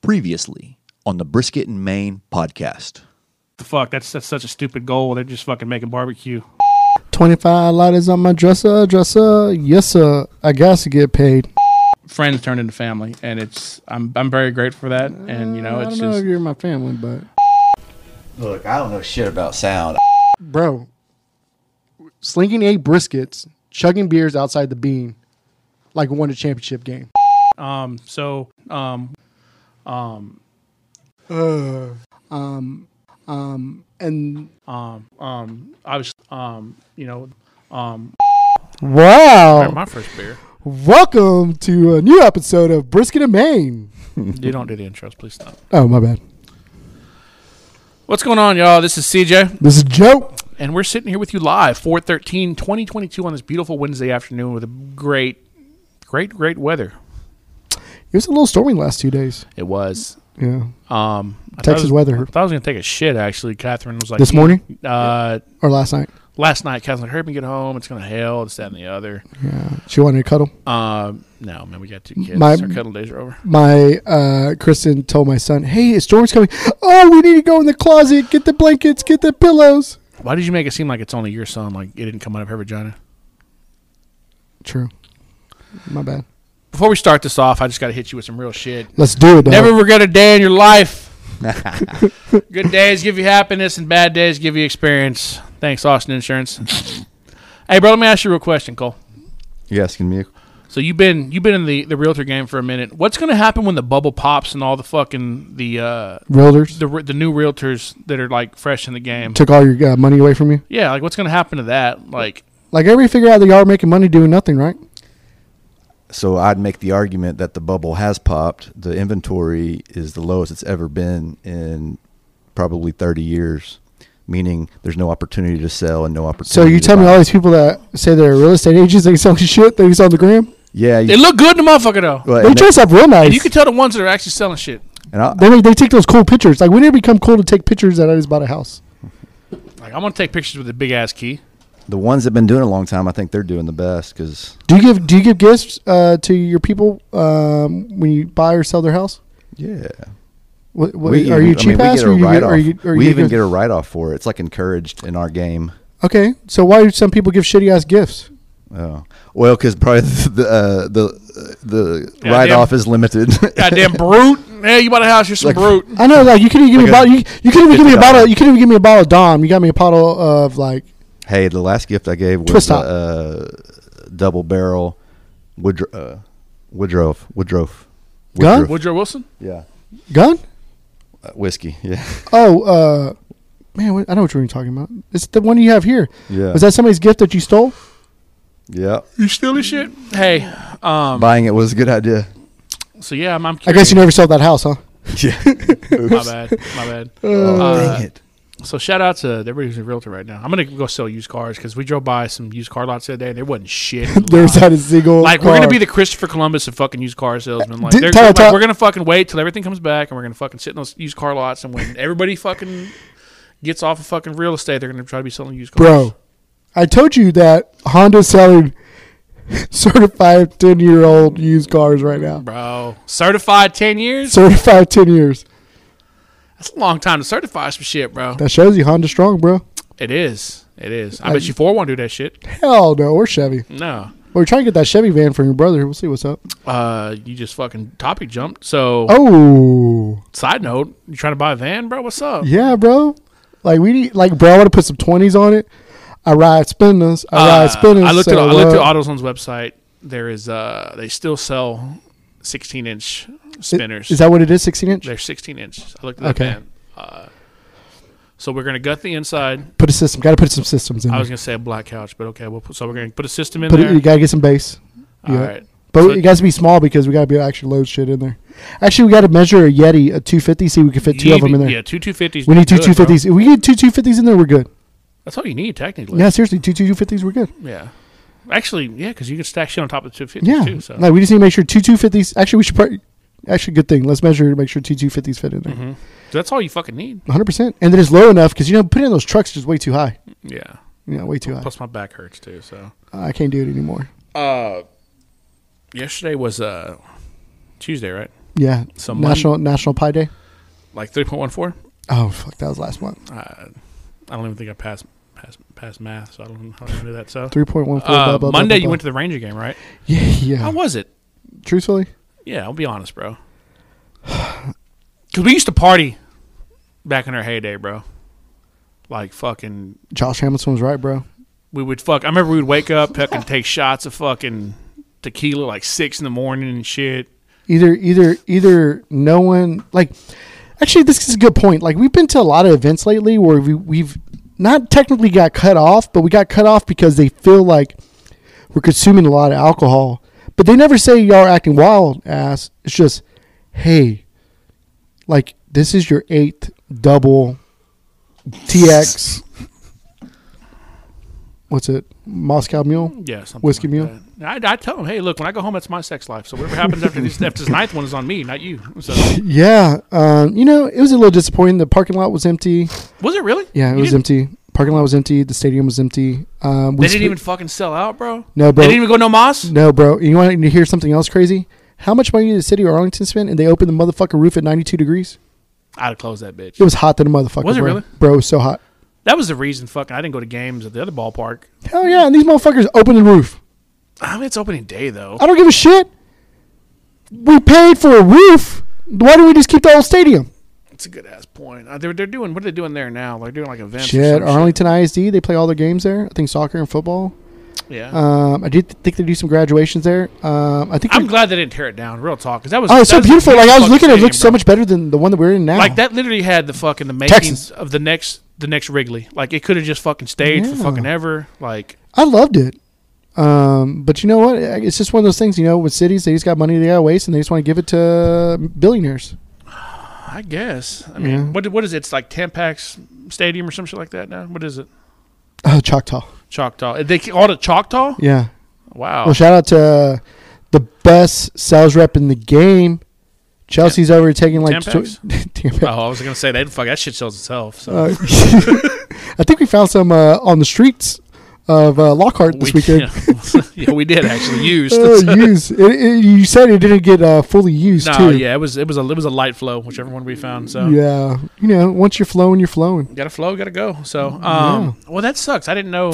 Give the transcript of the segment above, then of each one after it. Previously on the Brisket and Maine podcast. the fuck? That's that's such a stupid goal. They're just fucking making barbecue. 25 lighters on my dresser, dresser. Yes, sir. I got to get paid. friends turned into family, and it's I'm I'm very grateful for that. And you know, Uh, I it's don't know just if you're my family, but. Look, I don't know shit about sound. Bro, slinging eight briskets, chugging beers outside the bean, like we won a championship game. Um, so um, And um, I was um, you know, wow. my first beer. Welcome to a new episode of Brisket and Maine. you don't do the intros, please stop. Oh, my bad. Uh, What's going on, y'all? This is CJ, This is Joe. and we're sitting here with you live, 413 2022 on this beautiful Wednesday afternoon with a great, great, great weather. It was a little stormy last two days. It was. Yeah. Um, I thought Texas I was- weather. I thought I was going to take a shit, actually. Catherine was like, This morning Uh, or last night. last night, Catherine was like, hurry up and get home. It's going to hail. It's that and the other. Yeah. She wanted to cuddle. Um, no, man, we got two kids. My- Our cuddle days are over. my uh Kristen told my son, "Hey, a storm's coming. Oh, we need to go in the closet, get the blankets, get the pillows." Why did you make it seem like it's only your son? Like, it didn't come out of her vagina? True. My bad. Before we start this off, I just got to hit you with some real shit. Let's do it. Dog. Never regret a day in your life. Good days give you happiness, and bad days give you experience. Thanks, Austin Insurance. hey, bro, let me ask you a real question, Cole. You asking me? So you've been you've been in the, the realtor game for a minute. What's going to happen when the bubble pops and all the fucking the uh, realtors the re- the new realtors that are like fresh in the game? took all your uh, money away from you. Yeah, like what's going to happen to that? Like, Like every figure out that y'all are making money doing nothing, right? So I'd make the argument that the bubble has popped. The inventory is the lowest it's ever been in probably 30 years, meaning there's no opportunity to sell and no opportunity. So you to tell me buy. all these people that say they're real estate agents, they sell shit, they sell the gram. Yeah, you, they look good in the motherfucker though. well, They and, dress up real nice. And you can tell the ones that are actually selling shit. and I, they make, they take those cool pictures. Like when did it become cool to take pictures that I just bought a house? Like, I'm gonna take pictures with a big ass key. the ones that've been doing it a long time, I think they're doing the best because Do you give do you give gifts uh, to your people um, when you buy or sell their house? yeah, What, what, We are even- I you mean, cheap we ass get or a you get, write-off. are you, are we you even good? get a write off for it. It's like encouraged in our game. okay? So why do some people give shitty ass gifts? Oh well, because probably the uh, the the Goddamn- write off is limited. Goddamn brute! Hey, you bought a house? You're some Like- brute. I know, like you couldn't even give me a Like a bottle. You, you couldn't even give me a $50 bottle. You couldn't even give me a bottle of Dom. You got me a bottle of like Hey, the last gift I gave was Twist a top. uh, double barrel Woodrow, uh, Woodrow, Woodrow, Gun? Woodruff. Woodrow Wilson? yeah, gun. uh, whiskey, yeah, Oh, uh, man, what, I know what you're talking about. It's the one you have here. yeah, Was that somebody's gift that you stole? yeah. You steal his shit? Hey, um, Buying it was a good idea. so yeah, I'm, I'm I guess you never sold that house, huh? Yeah, My bad, my bad. Uh, dang it. So shout out to everybody who's a realtor right now. I'm gonna go sell used cars because we drove by some used car lots the other day and they wasn't shit. There's that single. like we're gonna car. be the Christopher Columbus of fucking used car salesmen. Like, Did- they're, tell- like, tell- we're gonna fucking wait till everything comes back and we're gonna fucking sit in those used car lots and when everybody fucking gets off of fucking real estate, they're gonna try to be selling used cars. bro. I told you that Honda selling certified ten year old used cars right now. bro, certified ten years. Certified ten years. That's a long time to certify some shit, bro. That shows you Honda strong, bro. It is. It is. I bet you four won't do that shit. Hell no, or Chevy. No. We're trying to get that Chevy van from your brother. We'll see what's up. Uh, you just fucking topic jumped. So, Oh, side note, you trying to buy a van, bro? What's up? yeah, bro. Like we need, like, bro. I want to put some twenties on it. I ride spinners. I Uh, ride spinners. I looked so, at I looked at uh, AutoZone's website. There is uh, they still sell 16 inch spinners. Is that what it is? Sixteen inch. They're 16 inch. I looked at that Okay. van. Uh, so we're gonna gut the inside. Put a system. Got to put some systems in. I was there. gonna say a black couch, but okay. We'll put, so we're gonna put a system in Put it, there. you gotta get some base. All yeah. right. But So- it got to be small because we got to be able to actually load shit in there. Actually, we got to measure a Yeti, a 250, see if we can fit two of them in there. Yeah, two 250s. we need two good, bro. 250s. If we get two 250s in there, we're good. That's all you need technically. Yeah, seriously, two 250s, we're good. Yeah. Actually, yeah, because you can stack shit on top of the 250s Yeah. too. So. Like, we just need to make sure two 250s. Actually, we should probably. Actually, good thing. Let's measure to make sure two 250s fit in there. Mhm. That's all you fucking need. 100%. And then it's low enough because, you know, putting in those trucks is just way too high. Yeah. Yeah, way too high. Plus my back hurts too. So I can't do it anymore. yesterday was uh Tuesday, right? Yeah. Some National National Pie Day. like three point one four. Oh fuck, that was last month. I don't even think I passed passed passed math, so I don't know how I knew that. So Three point one four. uh, Monday you went to the Ranger game, right? Yeah, yeah. How was it? Truthfully, Yeah, I'll be honest, bro. Because we used to party back in our heyday, bro. Like fucking, Josh Hamilton was right, bro. we would fuck. I remember we would wake up, fucking take shots of fucking tequila like six in the morning and shit. Either, either, either. No one like. Actually, this is a good point. Like we've been to a lot of events lately where we, we've not technically got cut off, but we got cut off because they feel like we're consuming a lot of alcohol. But they never say y'all are acting wild ass. It's just, hey, like this is your eighth double TX. What's it? Moscow Mule. Yeah, something Whiskey like Mule? that. I, I tell them, hey, look, when I go home, that's my sex life. So whatever happens after this, after this ninth one is on me, not you. So Yeah, um, you know, it was a little disappointing. The parking lot was empty. was it really? Yeah, it You was didn't- empty. Parking lot was empty. The stadium was empty. Um, we They didn't sp- even fucking sell out, bro. No, bro. They didn't even go no mas. No, bro. You want to hear something else crazy? How much money did the city of Arlington spend? And they opened the motherfucking roof at 92 degrees. I'd have closed that bitch. It was hot than a motherfucker. Was it bro. really? Bro, it was so hot. That was the reason fucking I didn't go to games at the other ballpark. Hell yeah! And these motherfuckers opened the roof. I mean, it's opening day though. I don't give a shit. We paid for a roof. Why don't we just keep the whole stadium? It's a good ass point. Uh, they're, they're doing what are they doing there now? They're doing like events. or Shit, some Arlington ISD. They play all their games there. I think soccer and football. Yeah. Um, I did think they do some graduations there. Um, I think. I'm they- glad they didn't tear it down. Real talk, because that was. oh, it's that so was a beautiful. huge Like I was fucking looking, at it stadium, looked so bro. much better than the one that we're in now. Like that literally had the fucking the makings Texans. of the next the next Wrigley. Like it could have just fucking stayed for Yeah. fucking ever. Like I loved it. Um, but you know what? It's just one of those things. You know, with cities, they just got money they gotta waste, and they just want to give it to billionaires. I guess. I mean, what what is it? It's like Tampax Stadium or some shit like that. Now, what is it? Oh, Choctaw. Choctaw. They called it Choctaw. Yeah. Wow. Well, shout out to uh, the best sales rep in the game. Chelsea's over taking like. Tampax? tw- Tampax. oh, I was gonna say that. Fuck, that shit sells itself. So. Uh, I think we found some uh, on the streets of uh, Lockhart this weekend. Yeah, we did actually used. Uh, use it, it- you said it didn't get uh, fully used no, too. yeah, it was it was a it was a light flow, whichever one we found. So Yeah. You know, once you're flowing, you're flowing. gotta flow, gotta go. So um, well, that sucks. I didn't know,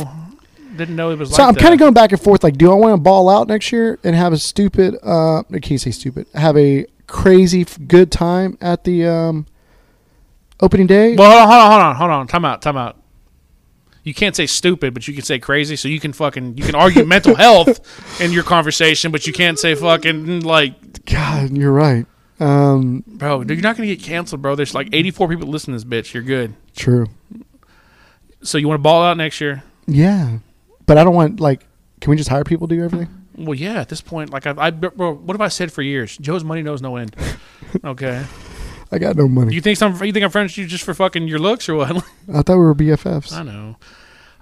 didn't know it was. so like I'm that. kind of going back and forth. Like, do I want to ball out next year and have a stupid? Uh, I can't say stupid. Have a crazy f- good time at the um, opening day. Well, hold on, hold on, hold on, hold on. Time out, time out. You can't say stupid, but you can say crazy. So you can fucking you can argue mental health in your conversation, but you can't say fucking like, God, you're right. Um, bro, dude, you're not gonna get canceled, bro. There's like 84 people listening to this bitch. You're good. true. So you want to ball out next year? Yeah, but I don't want like. Can we just hire people to do everything? Well, yeah. At this point, like I've, I, bro, what have I said for years? Joe's money knows no end. Okay. I got no money. You think some? You think I'm friends with you just for fucking your looks or what? I thought we were BFFs. I know.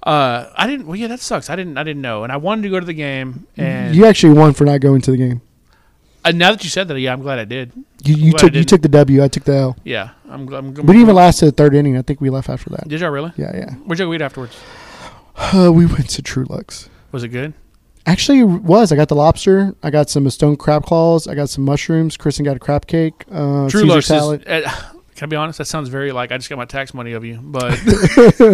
Uh, I didn't. Well, yeah, that sucks. I didn't. I didn't know, and I wanted to go to the game. And You actually won for not going to the game. uh, now that you said that, yeah, I'm glad I did. You, you Glad I took you didn't. took the W. I took the L. Yeah, I'm. I'm, I'm We didn't even last to the third inning. I think we left after that. Did y'all really? Yeah, yeah. Where'd y'all go eat afterwards? Uh, we went to True Lux. Was it good? Actually, it was. I got the lobster. I got some stone crab claws. I got some mushrooms. Kristen got a crab cake. Uh, Caesar Lux is- salad. uh, can I be honest? That sounds very like I just got my tax money of you, but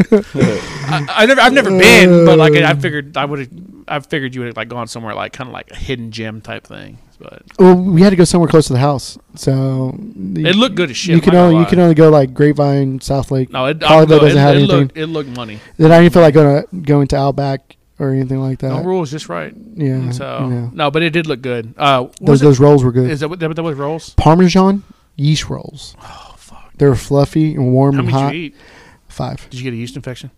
I, I never, I've never been, but like I, Uh. I figured I would have, I figured you would have like gone somewhere like kind of like a hidden gem type thing. But Well, we had to go somewhere close to the house, so the- it looked good as shit. You I'm can not gonna only you lie. can only go like Grapevine, South Lake. no, it, Probably I'm- no, doesn't it, have it anything. looked, it looked money. Then I didn't feel like going to go into Outback or anything like that. No rules, just right. Uh, yeah, So yeah. no, but it did look good. Uh, what Those was those rolls were it? good. Is that what that, what that was rolls? Parmesan yeast rolls. Oh fuck! They were fluffy and warm How and many Mm, hot. did you eat? Five. Did you get a yeast infection?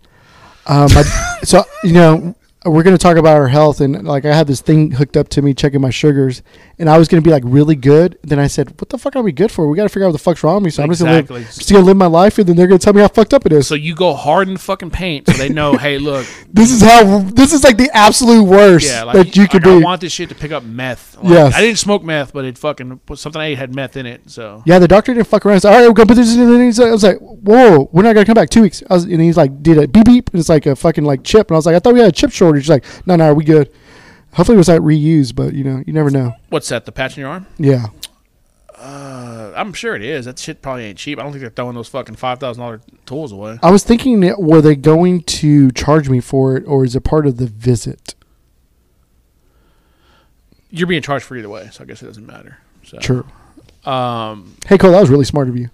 Um, I- so you know, we're gonna talk about our health and like I have this thing hooked up to me checking my sugars, and I was gonna be like really good. Then I said, "What the fuck are we good for? We gotta figure out what the fuck's wrong with me." So I'm just gonna Exactly. live, just gonna live my life, and then they're gonna tell me how fucked up it is. So you go hard in the fucking paint, so they know. hey, look, this is how this is like the absolute worst yeah, like, that you could like, I be. want this shit to pick up meth. Like, Yes. I didn't smoke meth, but it fucking was something I ate had meth in it. So yeah, the doctor didn't fuck around. He's like, all right, we're gonna put this in. And he's like, I was like, whoa, we're not gonna come back two weeks. I was, and he's like, did a beep beep, and it's like a fucking like chip. And I was like, I thought we had a chip shortage. He's like, no, no, we good. Hopefully, it was like reused, but you know, you never know. what's that? The patch in your arm? Yeah. Uh, I'm sure it is. That shit probably ain't cheap. I don't think they're throwing those fucking five thousand dollar tools away. I was thinking, that were they going to charge me for it, or is it part of the visit? You're being charged for either way, so I guess it doesn't matter. So, True. Um, Hey Cole, that was really smart of you.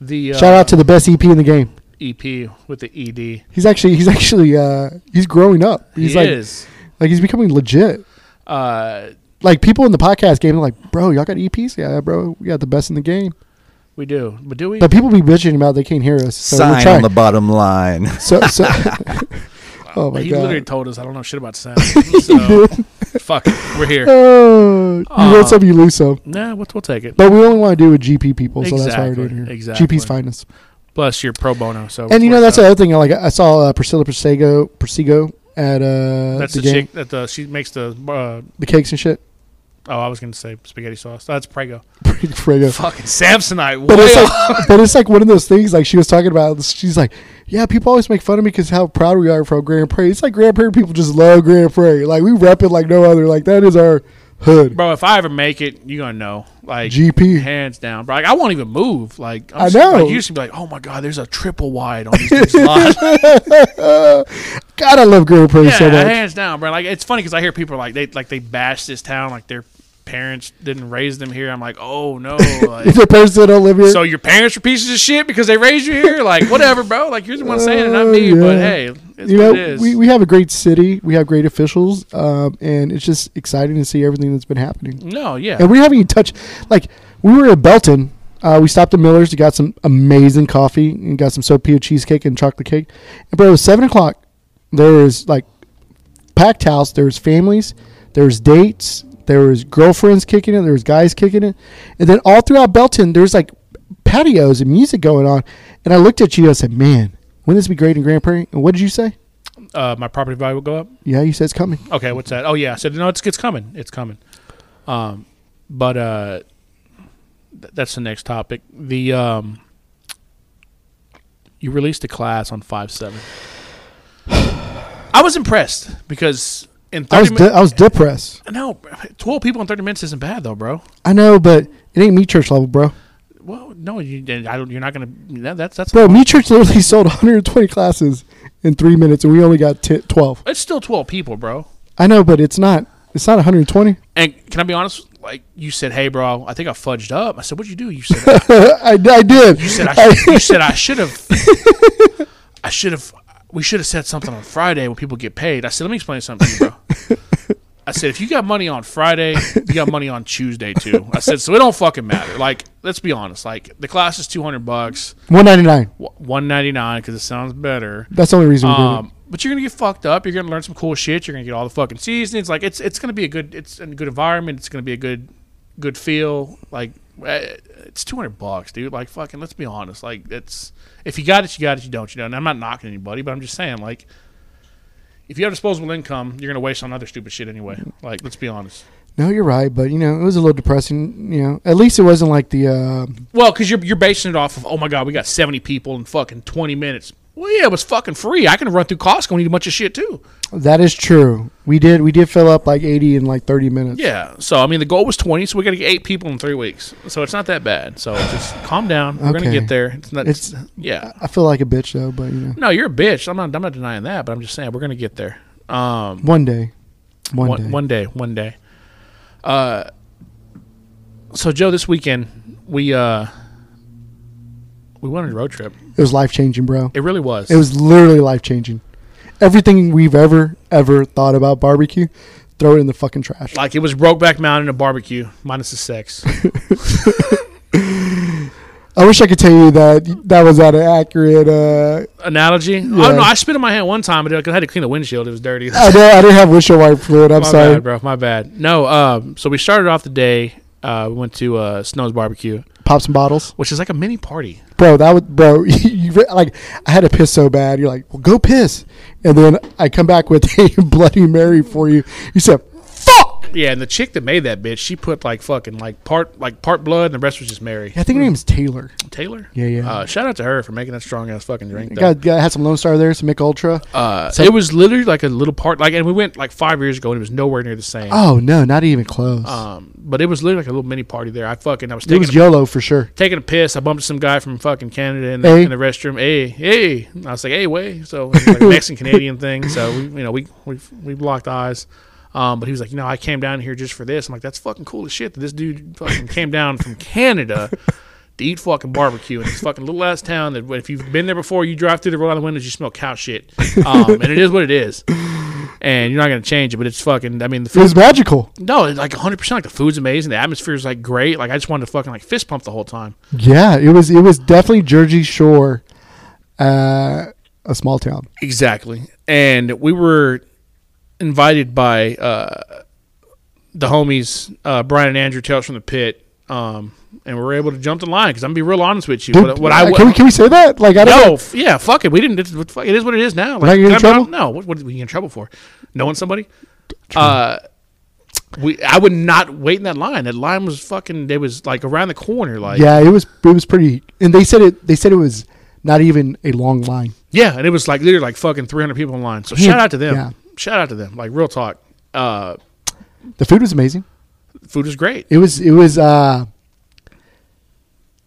the uh, Shout out to the best EP in the game. EP with the E ED. He's actually he's actually uh he's growing up. He's he like is. like he's becoming legit. Uh, Like people in the podcast game are like, bro, y'all got EPs? Yeah, bro, we got the best in the game. we do, but do we? But people be bitching about they can't hear us. So we're Sign trying. on the bottom line. so, so oh my he literally god. told us I don't know shit about sound. So fuck, it. we're here. Oh, you Uh, win some, you lose some. Nah, we'll, we'll take it. But we only want to do with GP people, so that's why we're Exactly, doing here. exactly. GP's finest. Plus your pro bono. So And you know that's it's worth the other thing. Like I saw uh, Priscilla Persego, Persego at uh, it. that's the, the, game, chick that the she makes the. Uh, the cakes and shit. oh, I was gonna say spaghetti sauce. That's Prego. Prego. Fucking Samsonite. But way it's off. like, but it's like one of those things. Like she was talking about. She's like, yeah, people always make fun of me because how proud we are for Grand Prairie. It's like Grand Prairie people just love Grand Prairie. Like we rep it like no other. Like that is our hood. bro. If I ever make it, you gonna know, like GP. hands down, bro. Like I won't even move. Like I'm I s- know. Like, you used to be like, oh my god, there's a triple wide on this dude's lot. God, I love Grand Prairie yeah, so much. hands down, bro. Like it's funny because I hear people like they like they bash this town, like their parents didn't raise them here. I'm like, oh no. Like, If the person that don't live here, So your parents are pieces of shit because they raised you here? Like whatever, bro. Like you're the one saying it, not me. Oh, But yeah. hey, it's you what know, it is. we, we have a great city. We have great officials, um, and it's just exciting to see everything that's been happening. no, yeah. And we haven't even touched. Like we were at Belton, uh, we stopped at Miller's. We got some amazing coffee and got some sopia cheesecake and chocolate cake. And bro, it was seven o'clock. There was like packed house. There was families. There was dates. There was girlfriends kicking it. There was guys kicking it. And then all throughout Belton, there's like patios and music going on. And I looked at you. I said, "Man, wouldn't this be great in Grand Prairie?" And what did you say? Uh, my property value will go up. Yeah, you said it's coming. Okay, what's that? Oh yeah, I said no, it's it's coming, it's coming. Um, but uh, th- that's the next topic. The um, you released a class on five seven. I was impressed because in I was thirty de- minutes, I was depressed. no, bro, twelve people in thirty minutes isn't bad though, bro. I know, but it ain't me church level, bro. Well, no, you I don't, you're not gonna. That, that's that's Bro, Me Church literally sold 120 classes in three minutes, and we only got 10, 12. it's still twelve people, bro. I know, but it's not. It's not 120. And can I be honest? Like you said, hey, bro, I think I fudged up. I said, what'd you do? You said I, I did. You said I should, you said I should have. I should have. We should have said something on Friday when people get paid. I said, let me explain something, to you, bro. I said, if you got money on Friday, you got money on Tuesday too. I said, so it don't fucking matter. Like, let's be honest. Like, the class is two hundred bucks, 199. one ninety nine because it sounds better. That's the only reason we did Um, but you're gonna get fucked up. You're gonna learn some cool shit. You're gonna get all the fucking seasonings. Like it's it's gonna be a good it's a good environment. It's gonna be a good good feel. Like eh, it's two hundred bucks, dude. Like fucking. Let's be honest. Like it's if you got it, you got it. You don't, you know. And I'm not knocking anybody, but I'm just saying like. If you have disposable income, you're gonna waste on other stupid shit anyway. Like, let's be honest. it. No, you're right, but you know it was a little depressing. You know, at least it wasn't like the. Uh, Well, because you're you're basing it off of oh my god, we got seventy people in fucking twenty minutes. Well, yeah, it was fucking free. I can run through Costco and eat a bunch of shit too. that is true. We did. We did fill up like 80 in like 30 minutes. Yeah. So I mean, the goal was twenty, so we got to get eight people in three weeks. So it's not that bad. So just calm down. We're gonna Okay. get there. It's not. It's. yeah. I feel like a bitch though, but you know, No, you're a bitch. I'm not. I'm not denying that, but I'm just saying we're gonna get there. Um, one day, one, day. one day, one day. Uh, so Joe, this weekend we uh, we went on a road trip. It was life changing, bro. It really was. It was literally life changing. Everything we've ever ever thought about barbecue, throw it in the fucking trash. like it was Brokeback Mountain and barbecue minus the sex. I wish I could tell you that that was that accurate. Uh, analogy. Yeah. Oh no, I spit in my hand one time, but I had to clean the windshield. It was dirty. I, don't, I didn't have windshield wiper fluid. I'm my sorry. bad, bro. My bad. No, um, so we started off the day. Uh, we went to uh, Snow's Barbecue, Pop some bottles, which is like a mini party. bro. That would, bro. You, re- like I had to piss so bad. You're like, well, go piss, and then I come back with a Bloody Mary for you. You said, fuck. Yeah, and the chick that made that bitch, she put like fucking like part like part blood, and the rest was just Mary Yeah, I think her name's Taylor. Taylor. Yeah, yeah. Uh, shout out to her for making that strong ass fucking drink. though. Got, got had some Lone Star there, some Mick Ultra. Uh, So- it was literally like a little part, like, and we went like five years ago, and it was nowhere near the same. oh no, not even close. Um, but it was literally like a little mini party there. I fucking I was it taking was a, YOLO for sure. taking a piss. I bumped some guy from fucking Canada in the, Hey. in the restroom. Hey, hey! And I was like, hey, way. So it was like Mexican Canadian thing. So we, you know, we we we locked eyes. Um, but he was like, you know, I came down here just for this. I'm like, that's fucking cool as shit that this dude fucking came down from Canada to eat fucking barbecue in this fucking little ass town that if you've been there before, you drive through the roll out the windows, you smell cow shit. Um, and it is what it is. And you're not gonna change it, but it's fucking. I mean, the It was magical. no, it's like 100%. Like the food's amazing. The atmosphere's like great. Like I just wanted to fucking like fist pump the whole time. Yeah, it was. It was definitely Jersey Shore, uh, a small town. Exactly. And we were invited by uh, the homies, uh, Brian and Andrew Tales from the Pit. Um, and we were able to jump the line because I'm going to be real honest with you. Dude, what, what I, Uh, can we can we say that? Like I don't. no, f- yeah, fuck it. We didn't. It's, what- fuck- it is what it is now. We're not getting in I'm trouble? no, what, what are we in trouble for? Knowing somebody. Uh, we I would not wait in that line. That line was fucking. It was like around the corner. Like yeah, it was. It was pretty. And they said it. They said it was not even a long line. Yeah, and it was like literally like fucking 300 people in line. So shout out to them. Yeah. Shout out to them. Like real talk. Uh, The food was amazing. food is great. It was. It was. uh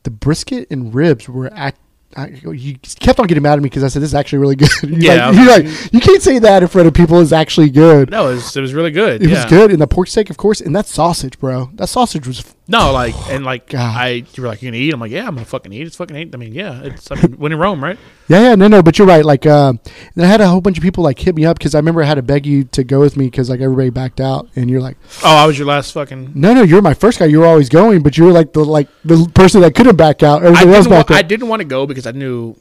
The brisket and ribs were. Act, I, you kept on getting mad at me because I said this is actually really good. You're Yeah. like, you're like, you can't say that in front of people is actually good. No, it was, it was really good. It yeah. was good, and the pork steak, of course, and that sausage, bro. That sausage was No, like and like God. I you were like you're gonna eat. I'm like yeah, I'm gonna fucking eat. It's fucking eat. I mean yeah, it's I mean, when in Rome, right? Yeah, yeah, no, no, but you're right. Like, um, then I had a whole bunch of people like hit me up because I remember I had to beg you to go with me because like everybody backed out, and you're like, Oh, I was your last fucking. no, no, you're my first guy. You were always going, but you were like the like the person that couldn't back out. I Everybody else didn't, wa- backed I out. didn't want to go because I knew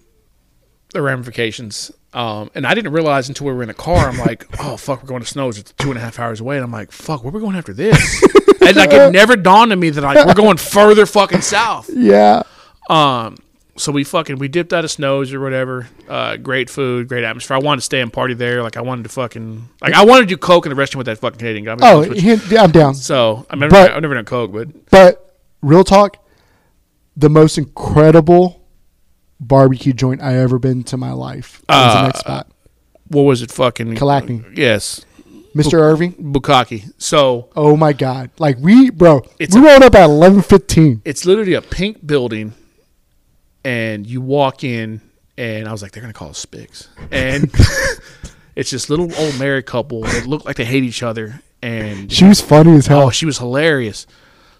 the ramifications. Um, and I didn't realize until we were in the car. I'm like, oh fuck, we're going to Snows. It's two and a half hours away, and I'm like, fuck, where we going after this? and like it never dawned on me that like we're going further fucking south. yeah, Um, so we fucking we dipped out of Snows or whatever. Uh, great food, great atmosphere. I wanted to stay and party there. Like I wanted to fucking like I wanted to do coke in the restaurant with that fucking Canadian guy. I'm gonna be oh, honest with you. he- yeah, I'm down. so I've never But- I've never done coke, but But real talk, the most incredible barbecue joint I ever been to my life. was the Uh, next spot, what was it fucking? Kalakni. Yes, Mr. Irving. bukkake. So Oh my God! Like we, bro, It's we a- rolled up at eleven fifteen. it's literally a pink building, and you walk in, and I was like, they're gonna call us spics, and it's this little old married couple that look like they hate each other, and She was funny as hell. Oh, she was hilarious.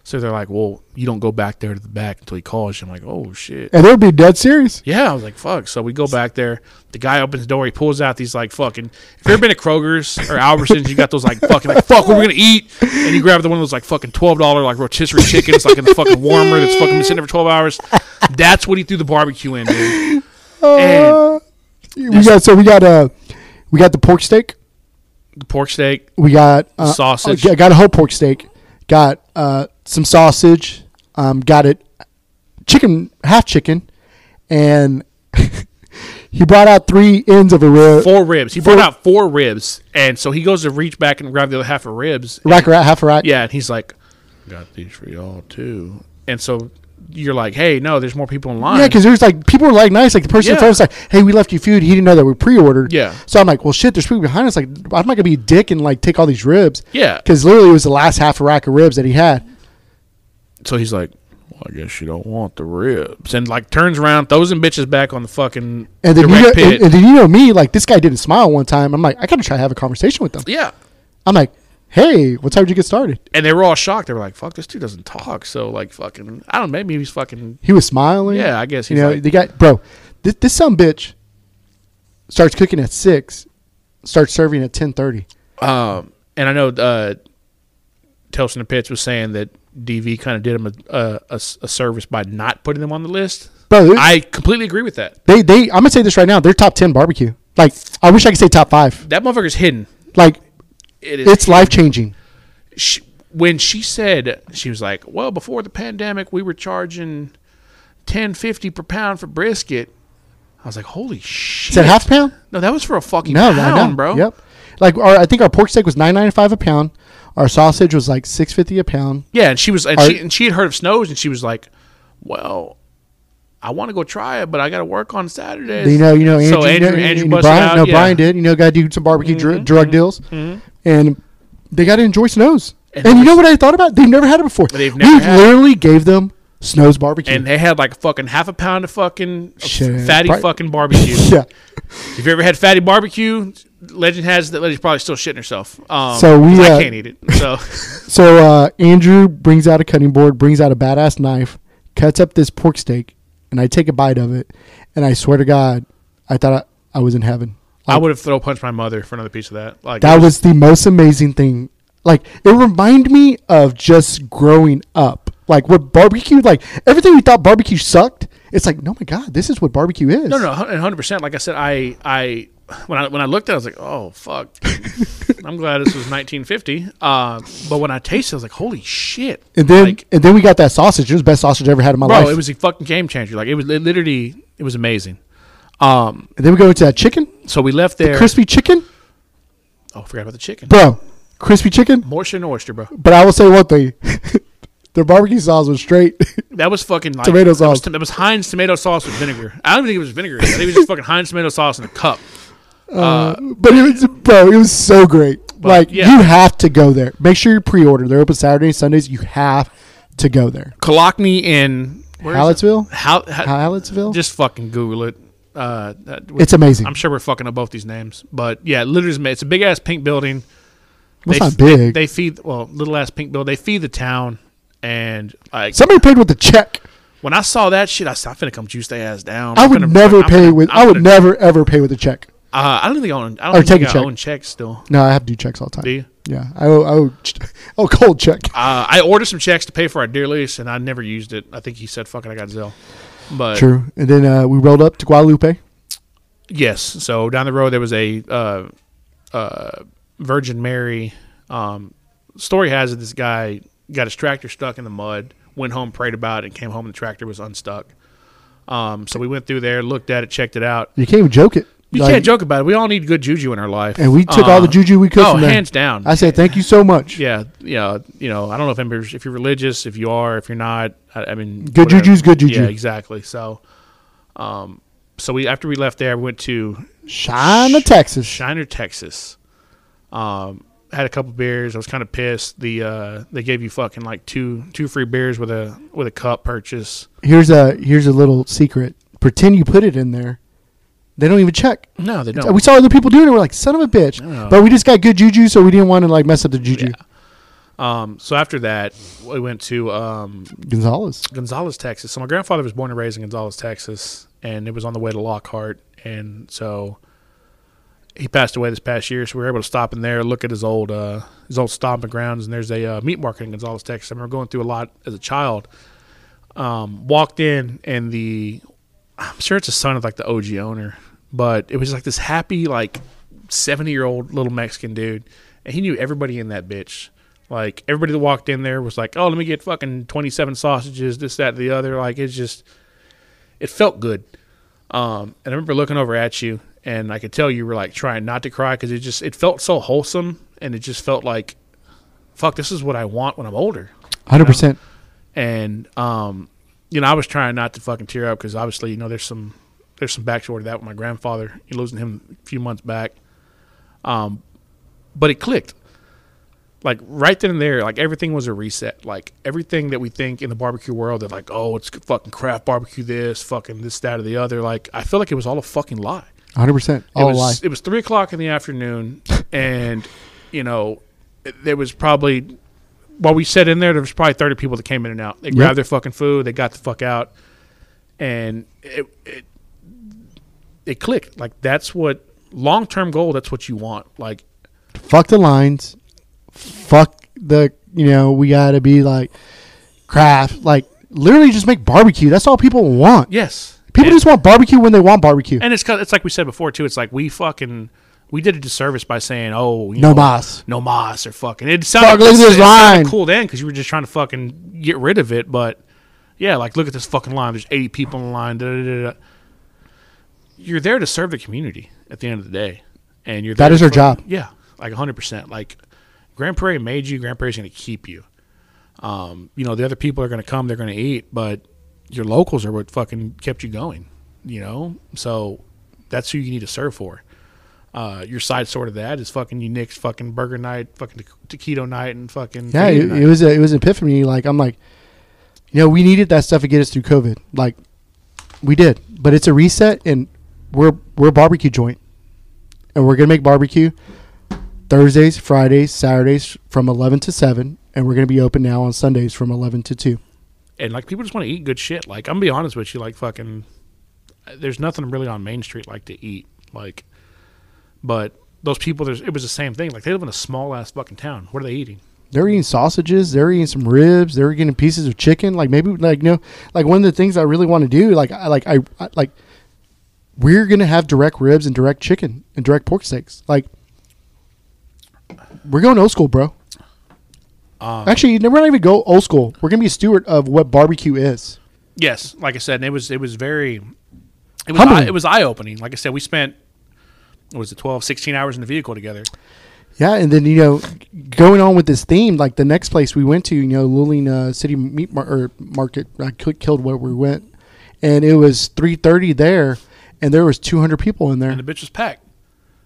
So they're like, well, you don't go back there to the back until he calls you. I'm like, oh shit. and they would be dead serious. Yeah, I was like, fuck. So we go back there. The guy opens the door. He pulls out these like fucking. If you've ever been to Kroger's or Albertsons, you got those like fucking like fuck. What are we gonna eat? And you grab the one of those like fucking twelve dollar like rotisserie chickens like in the fucking warmer that's fucking been sitting there for twelve hours. That's what he threw the barbecue in, dude. And Uh, we got so we got uh we got the pork steak. the pork steak. We got uh, Sausage. I got a whole pork steak. Got uh some sausage. Um, got it chicken half chicken, and he brought out three ends of a rib. Four ribs. He brought Four- out four ribs, and so he goes to reach back and grab the other half of ribs, Rack rack half a rack. Yeah, and he's like, "Got these for y'all too." And so you're like, "Hey, no, there's more people in line." Yeah, because there's like people were like nice. Like the person in Yeah. front of us, like, "Hey, we left you food." He didn't know that we pre-ordered. Yeah. So I'm like, "Well, shit." There's people behind us. Like, I'm not gonna be a dick and like take all these ribs. Yeah. Because literally, it was the last half a rack of ribs that he had. so he's like, "Well, I guess you don't want the ribs," and like turns around, throws them bitches back on the fucking And then, you know, direct and, pit. and then you know me, like this guy didn't smile one time. I'm like, I gotta try to have a conversation with them. yeah, I'm like, hey, what time did you get started? and they were all shocked. They were like, "Fuck, this dude doesn't talk." So like, fucking, I don't. know, Maybe he's fucking. He was smiling. Yeah, I guess you he's know like, they got bro. This this some bitch starts cooking at six, starts serving at ten thirty. um, and I know uh, Telson and Pitts was saying that DV kind of did him a, a- a s- a service by not putting them on the list. Bro, they- I completely agree with that. they they I'm gonna say this right now. They're top ten barbecue. Like I wish I could say top five. That motherfucker's hidden. Like It is it's life changing. she, when she said she was like, "Well, before the pandemic, we were charging ten fifty per pound for brisket." I was like, "Holy shit!" Is that half pound? no, that was for a fucking No, I pound, know. bro. Yep. Like our, I think our pork steak was nine ninety five a pound. Our sausage was like six fifty a pound. Yeah, and she was, and Are- she and she had heard of snows, and she was like, "Well, I want to go try it, but I got to work on Saturdays." You know, you know, Andrew, so Andrew, you know, Andrew you know, busted Brian, out. no, yeah. Mm-hmm. Brian did. You know, got to do some barbecue dr- drug deals, and they got to enjoy snows. And, And it you was- know what I thought about? They've never had it before. They've we never had it. literally gave them snows barbecue. And they had like fucking half a pound of fucking Shit. fatty Pri- fucking barbecue. yeah. If you ever had fatty barbecue, legend has that lady's probably still shitting herself. Um, So we, 'cause uh, I can't eat it. So So uh, Andrew brings out a cutting board, brings out a badass knife, cuts up this pork steak, and I take a bite of it, and I swear to God, I thought I, I was in heaven. I would have throw punched my mother for another piece of that. Like That was the most amazing thing. Like it reminded me of just growing up. Like what barbecue, like everything we thought barbecue sucked. It's like, no, my God, this is what barbecue is. No, no, hundred percent. Like I said, I, I, when I when I looked at, it, I was like, oh fuck. I'm glad this was 1950. Uh, but when I tasted, it, I was like, holy shit. And then, like, and then we got that sausage. It was the best sausage I ever had in my bro, life. it was a fucking game changer. Like it was it literally, it was amazing. Um, and then we go into that chicken, so we left there. crispy chicken, oh, I forgot about the chicken. bro, crispy chicken. More shit than oyster, bro. But I will say one thing: their barbecue sauce was straight. That was fucking like, Tomato That was, sauce. that was Heinz tomato sauce with vinegar. I don't even think it was vinegar. I think it was just fucking Heinz tomato sauce in a cup. But it was, bro, it was so great. like yeah. you have to go there. Make sure you pre-order. They're open Saturday and Sundays. You have to go there. Kalakni in where is it? Hallettsville, How, how, Hallettsville. just fucking Google it. Uh, that- it's amazing. I'm sure we're fucking up both these names, but yeah, literally, it's ma- it's a big ass pink building. Well, it's they, not big. They, feed well, little ass pink building. They feed the town, and like Somebody paid with a check. when I saw that shit, I said, "I'm finna come juice their ass down." I I'm would finna- never I'm pay finna- with. I'm i would finna- never ever pay with a check. Uh, I don't think I own. I Or don't think take a I check. own checks still. No, I have to do checks all the time. Do you? Yeah, I owe, I owe, oh, cold check. Uh, I ordered some checks to pay for our dear lease, and I never used it. I think he said, "Fucking, I got Zelle." But True. And then uh, we rolled up to Guadalupe. yes, so down the road there was a uh, uh, Virgin Mary. Um, story has it this guy got his tractor stuck in the mud, went home, prayed about it, and came home. and The tractor was unstuck. Um, so we went through there, looked at it, checked it out. You can't even joke it. You Like, can't joke about it. We all need good juju in our life, And we took all the Uh, juju we could. Oh, from there. hands down. I said thank you so much. yeah, yeah, you know, I don't know if anybody's, if you're religious, if you are, if you're not. I, I mean, Good juju's good juju. Yeah, exactly. So, um, so we after we left there, we went to China, Texas. Shiner, Texas. Um, had a couple beers. I was kind of pissed. The uh, they gave you fucking like two two free beers with a with a cup purchase. Here's a here's a little secret. Pretend you put it in there. They don't even check. No, they We don't. saw other people doing it. We're like, son of a bitch. No. But we just got good juju, so we didn't want to like mess up the juju. Um, so after that, we went to um, Gonzalez. Gonzales, Texas. So my grandfather was born and raised in Gonzales, Texas, and it was on the way to Lockhart, and so he passed away this past year. So we were able to stop in there, look at his old uh, his old stomping grounds, and there's a uh, meat market in Gonzales, Texas. I remember going through a lot as a child. Um, walked in, and the I'm sure it's a son of like the OG owner, but it was like this happy like 70 year old little Mexican dude, and he knew everybody in that bitch. Like everybody that walked in there was like, "Oh, let me get fucking 27 sausages, this, that, the other." Like it's just, it felt good. Um, and I remember looking over at you, and I could tell you were like trying not to cry because it just it felt so wholesome, and it just felt like, "Fuck, this is what I want when I'm older." Hundred percent. and um, you know, I was trying not to fucking tear up because obviously, you know, there's some there's some backstory to that with my grandfather. You losing him a few months back, um, but it clicked. Like right then and there, like everything was a reset. Like everything that we think in the barbecue world, that like, oh, it's fucking craft barbecue, this fucking this, that, or the other. Like I feel like it was all a fucking lie Hundred percent. All it was alive. it was three o'clock in the afternoon, and you know there was probably while we sat in there, there was probably thirty people that came in and out. They grabbed their fucking food, they got the fuck out, and it it, it clicked. Like that's what long term goal. That's what you want. Like fuck the lines, fuck the you know we gotta be like craft like literally just make barbecue. That's all people want. yes, People And- just want barbecue when they want barbecue. And it's 'cause- it's like we said before too. It's like we fucking we did a disservice by saying oh you No know, mas. no mas or fucking it sounded Fuck, look at it this sounded line. cool then because you were just trying to fucking get rid of it. But yeah, like look at this fucking line. There's 80 people in the line. Da, da, da, da. You're there to serve the community at the end of the day, and you're That there is to our fuck- job. Yeah, like 100. percent Like Grand Prairie made you. Grand Prairie's going to keep you. Um, you know, the other people are going to come. They're going to eat, but your locals are what fucking kept you going. You know, so that's who you need to serve for. Uh, your side sort of that is fucking you Nick's fucking burger night, fucking taquito night, and fucking Yeah, fajita it, night. it was a, it was an epiphany. Like I'm like, you know, we needed that stuff to get us through COVID. Like we did, but it's a reset, and we're we're a barbecue joint, and we're gonna make barbecue Thursdays, Fridays, Saturdays from 11 to 7, and we're gonna be open now on Sundays from 11 to 2. and like people just want to eat good shit. Like I'm gonna be honest with you, like fucking, uh, there's nothing really on Main Street like to eat. Like, but those people, there's it was the same thing. Like they live in a small ass fucking town. What are they eating? They're eating sausages. They're eating some ribs. They're getting pieces of chicken. Like maybe like no like one of the things I really want to do like I like I, I like we're gonna have direct ribs and direct chicken and direct pork steaks. Like we're going old school, bro. Actually, we're not even go old school. We're gonna be a steward of what barbecue is. Yes, like I said, and it was it was very, it was Humbling. eye, it was eye opening. Like I said, we spent what was it 12, 16 hours in the vehicle together. Yeah, and then you know, going on with this theme, like the next place we went to, you know, Lulina City Meat Mar- or Market, I ki- killed where we went, and it was three thirty there, and there was two hundred people in there. and the bitch was packed.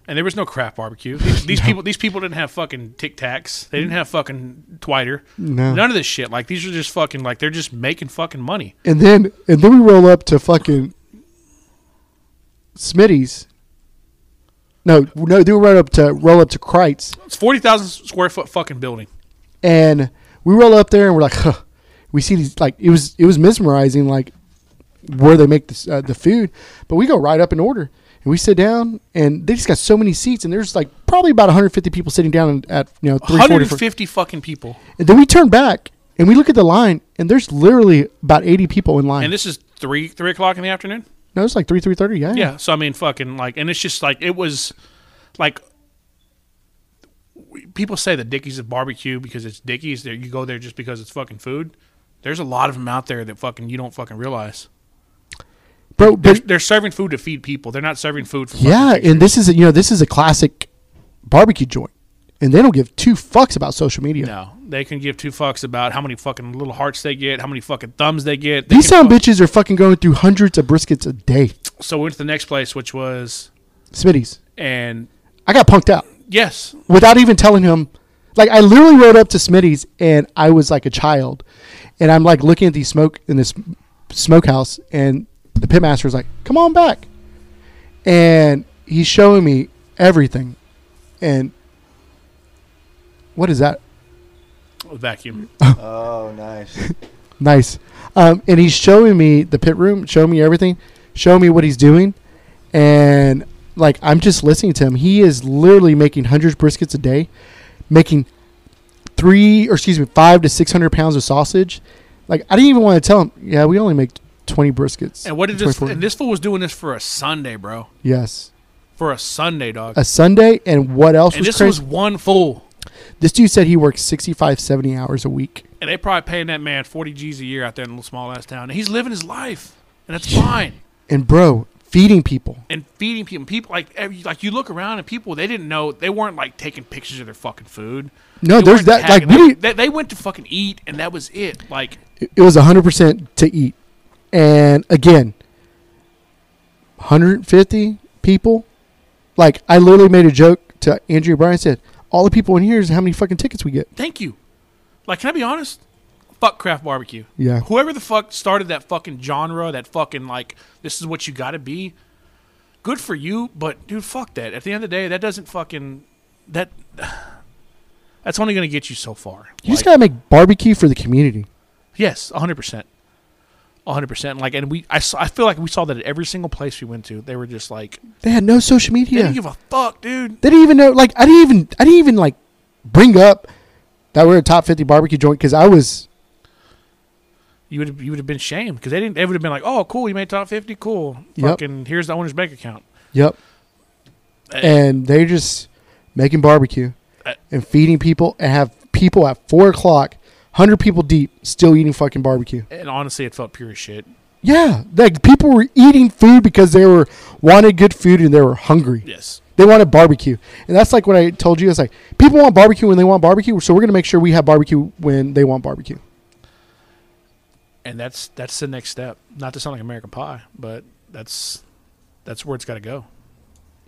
And there was no craft barbecue. These, these people, these people didn't have fucking Tic Tacs. They didn't have fucking Twiter. No. None of this shit. Like these are just fucking like they're just making fucking money. And then and then we roll up to fucking Smitty's. No, no, they roll up to roll up to Kreitz, It's forty thousand square foot fucking building. and we roll up there, and we're like, huh. we see these like it was it was mesmerizing, like where they make this, uh, the food. But we go right up in order, and we sit down, and they just got so many seats, and there's like probably about 150 people sitting down at you know 340. Hundred for- and fifty fucking people. And then we turn back, and we look at the line, and there's literally about 80 people in line. And this is three three o'clock in the afternoon. no, it's like three three thirty. Yeah, Yeah. So I mean, fucking like, and it's just like it was, like, we- people say that Dickies is barbecue because it's Dickies. There you go there just because it's fucking food. There's a lot of them out there that fucking you don't fucking realize. bro. They're, But they're serving food to feed people. They're not serving food for fucking yeah, pictures. and this is a, you know this is a classic barbecue joint, and they don't give two fucks about social media. No, they can give two fucks about how many fucking little hearts they get, how many fucking thumbs they get. They These can sound fuck- bitches are fucking going through hundreds of briskets a day. So we went to the next place, which was Smitty's. and I got punked out yes, without even telling him. Like I literally rode up to Smitty's and I was like a child, and I'm like looking at the smoke in this smokehouse, and the pit master was like, "Come on back," and he's showing me everything, and what is that? a vacuum. Oh, nice. Nice. Um, and he's showing me the pit room, showing me everything, showing me what he's doing, and like I'm just listening to him. He is literally making hundreds of briskets a day, making three or excuse me, five to six hundred pounds of sausage. Like I didn't even want to tell him. Yeah, we only make twenty briskets. And what did this? 24. And this fool was doing this for a Sunday, bro. yes, For a Sunday, dog. a Sunday. And what else and was this crazy? was one fool, this dude said he works 65, 70 hours a week. and they probably paying that man forty G's a year out there in a little small ass town. And he's living his life, and that's fine. And bro, feeding people. and feeding people. People like every, like you look around and people they didn't know they weren't like taking pictures of their fucking food. No, They there's weren't that- like, tagging- we they, didn't- they, they went to fucking eat and that was it. Like it it was 100% to eat. And again, 150 people. Like, I literally made a joke to Andrew Bryan. said, All the people in here is how many fucking tickets we get. thank you. Like can I be honest? Fuck craft barbecue. Yeah. Whoever the fuck started that fucking genre, that fucking like this is what you got to be. Good for you, but dude, fuck that. At the end of the day, that doesn't fucking that. That's only gonna get you so far. You just got to make barbecue for the community. Yes, hundred percent, hundred percent. Like, and we, I, saw, I feel like we saw that at every single place we went to. They were just like, They had no social they media. didn't give a fuck, dude. they didn't even know. Like, I didn't even, I didn't even, like, bring up that we're a top 50 barbecue joint because I was, You would, you would have been shamed because they didn't. They would have been like, oh, cool, you made top fifty, cool. Yep. Fucking, here's the owner's bank account. yep. And they're just making barbecue and feeding people and have people at four o'clock, 100 people deep, still eating fucking barbecue. And honestly, it felt pure as shit. Yeah, like people were eating food because they were wanted good food and they were hungry. Yes, They wanted barbecue, and that's like what I told you. It's like people want barbecue when they want barbecue, so we're gonna make sure we have barbecue when they want barbecue. and that's that's the next step. Not to sound like American Pie, but that's that's where it's got to go.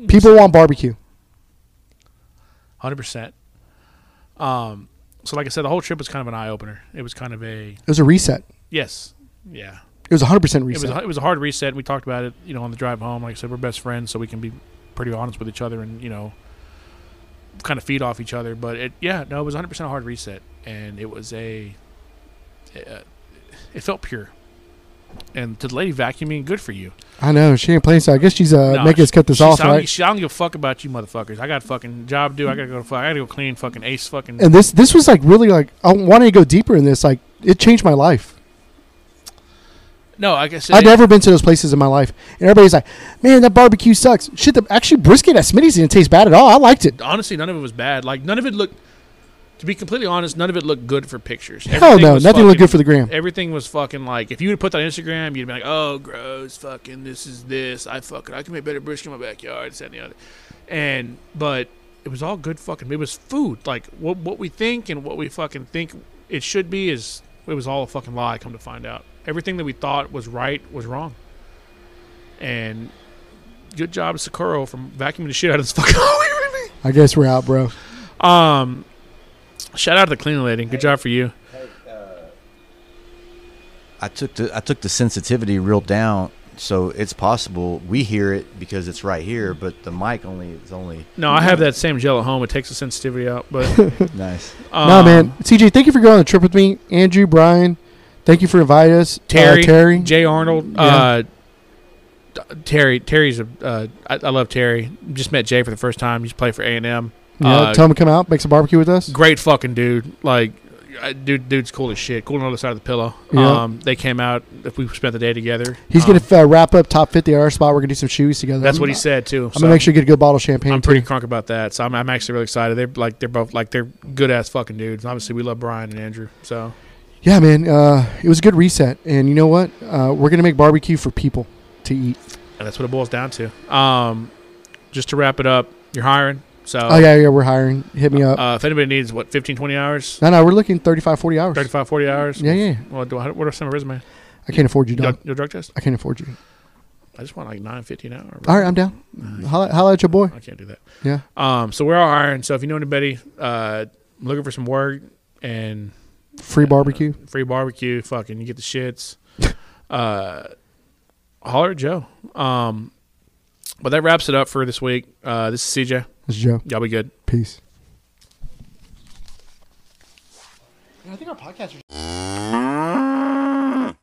People want barbecue. Hundred percent. Um. So, like I said, the whole trip was kind of an eye opener. It was kind of a It was a reset. yes, yeah. It was 100 percent It was reset. a, it was a hard reset. We talked about it, you know, on the drive home. Like I said, we're best friends, so we can be pretty honest with each other and you know, kind of feed off each other. But it, yeah, no, it was 100 percent a hard reset, and it was a, uh, it felt pure. And to the lady vacuuming, good for you. I know she ain't playing, so I guess she's uh, No, making us cut this She off, sound- right? she- I don't give a fuck about you motherfuckers. I got a fucking job to do. I gotta go to fuck. I gotta go clean fucking Ace fucking. And this this was like really like I wanted to go deeper in this. Like it changed my life. no, I guess I've it- never been to those places in my life, and everybody's like, "Man, that barbecue sucks." Shit, the actually brisket at Smitty's didn't taste bad at all. I liked it. honestly, none of it was bad. Like none of it looked. To be completely honest, none of it looked good for pictures. Hell no, was nothing looked fucking- good for the gram. Everything was fucking like if you would put that on Instagram, you'd be like, "Oh, gross, fucking this is this. I fucking I can make better brisket in my backyard." This, that, and the other. And but it was all good fucking. It was food. Like what what we think and what we fucking think it should be is it was all a fucking lie. Come to find out, everything that we thought was right was wrong. And good job, Socorro, from vacuuming the shit out of this fucking hallway right now. I guess we're out, bro. Um, shout out to the cleaning lady. Good job for you. I took the I took the sensitivity real down, so it's possible we hear it because it's right here, but the mic only is only No, I have that same gel at home. It takes the sensitivity out, but nice. um, no, man, CJ, thank you for going on the trip with me, Andrew, Brian. Thank you for inviting us, Uh, Terry, Terry, Jay Arnold, uh, d- Terry. Terry's a. Uh, I, I love Terry. Just met Jay for the first time. He's played for A and M. yeah, uh, tell him to come out, make some barbecue with us. Great fucking dude. Like, I- dude, dude's cool as shit. Cool on the other side of the pillow. Yeah. Um, they came out. If we spent the day together, He's um, gonna uh, wrap up top fifty at our spot. We're gonna do some shoes together. That's I'm, what he said too. I'm gonna make sure you get a good bottle of champagne. I'm too. pretty crunk about that, so I'm, I'm actually really excited. They're like they're both like they're good ass fucking dudes. Obviously, we love Brian and Andrew. So Yeah, man, uh, it was a good reset, and you know what? Uh, we're gonna make barbecue for people to eat. and that's what it boils down to. Um, just to wrap it up, you're hiring. So Oh yeah, yeah, we're hiring. Hit me up. uh, if anybody needs what 15, 20 hours, no, no, we're looking 35, 40 hours. 35, 40 hours. Yeah, yeah. Well, do I, what are some resume? I can't afford you, Your dog. drug, your drug test? I can't afford you. I just want like nine fifty an hour. All right, I'm down. Holla, holla at your boy. I can't do that. Yeah. Um, so we're all hiring. So if you know anybody uh, looking for some work and uh, Free barbecue. free barbecue, fucking you get the shits. uh holler at Joe. Um but that wraps it up for this week. Uh this is CJ. This is Joe. Y'all be good. Peace.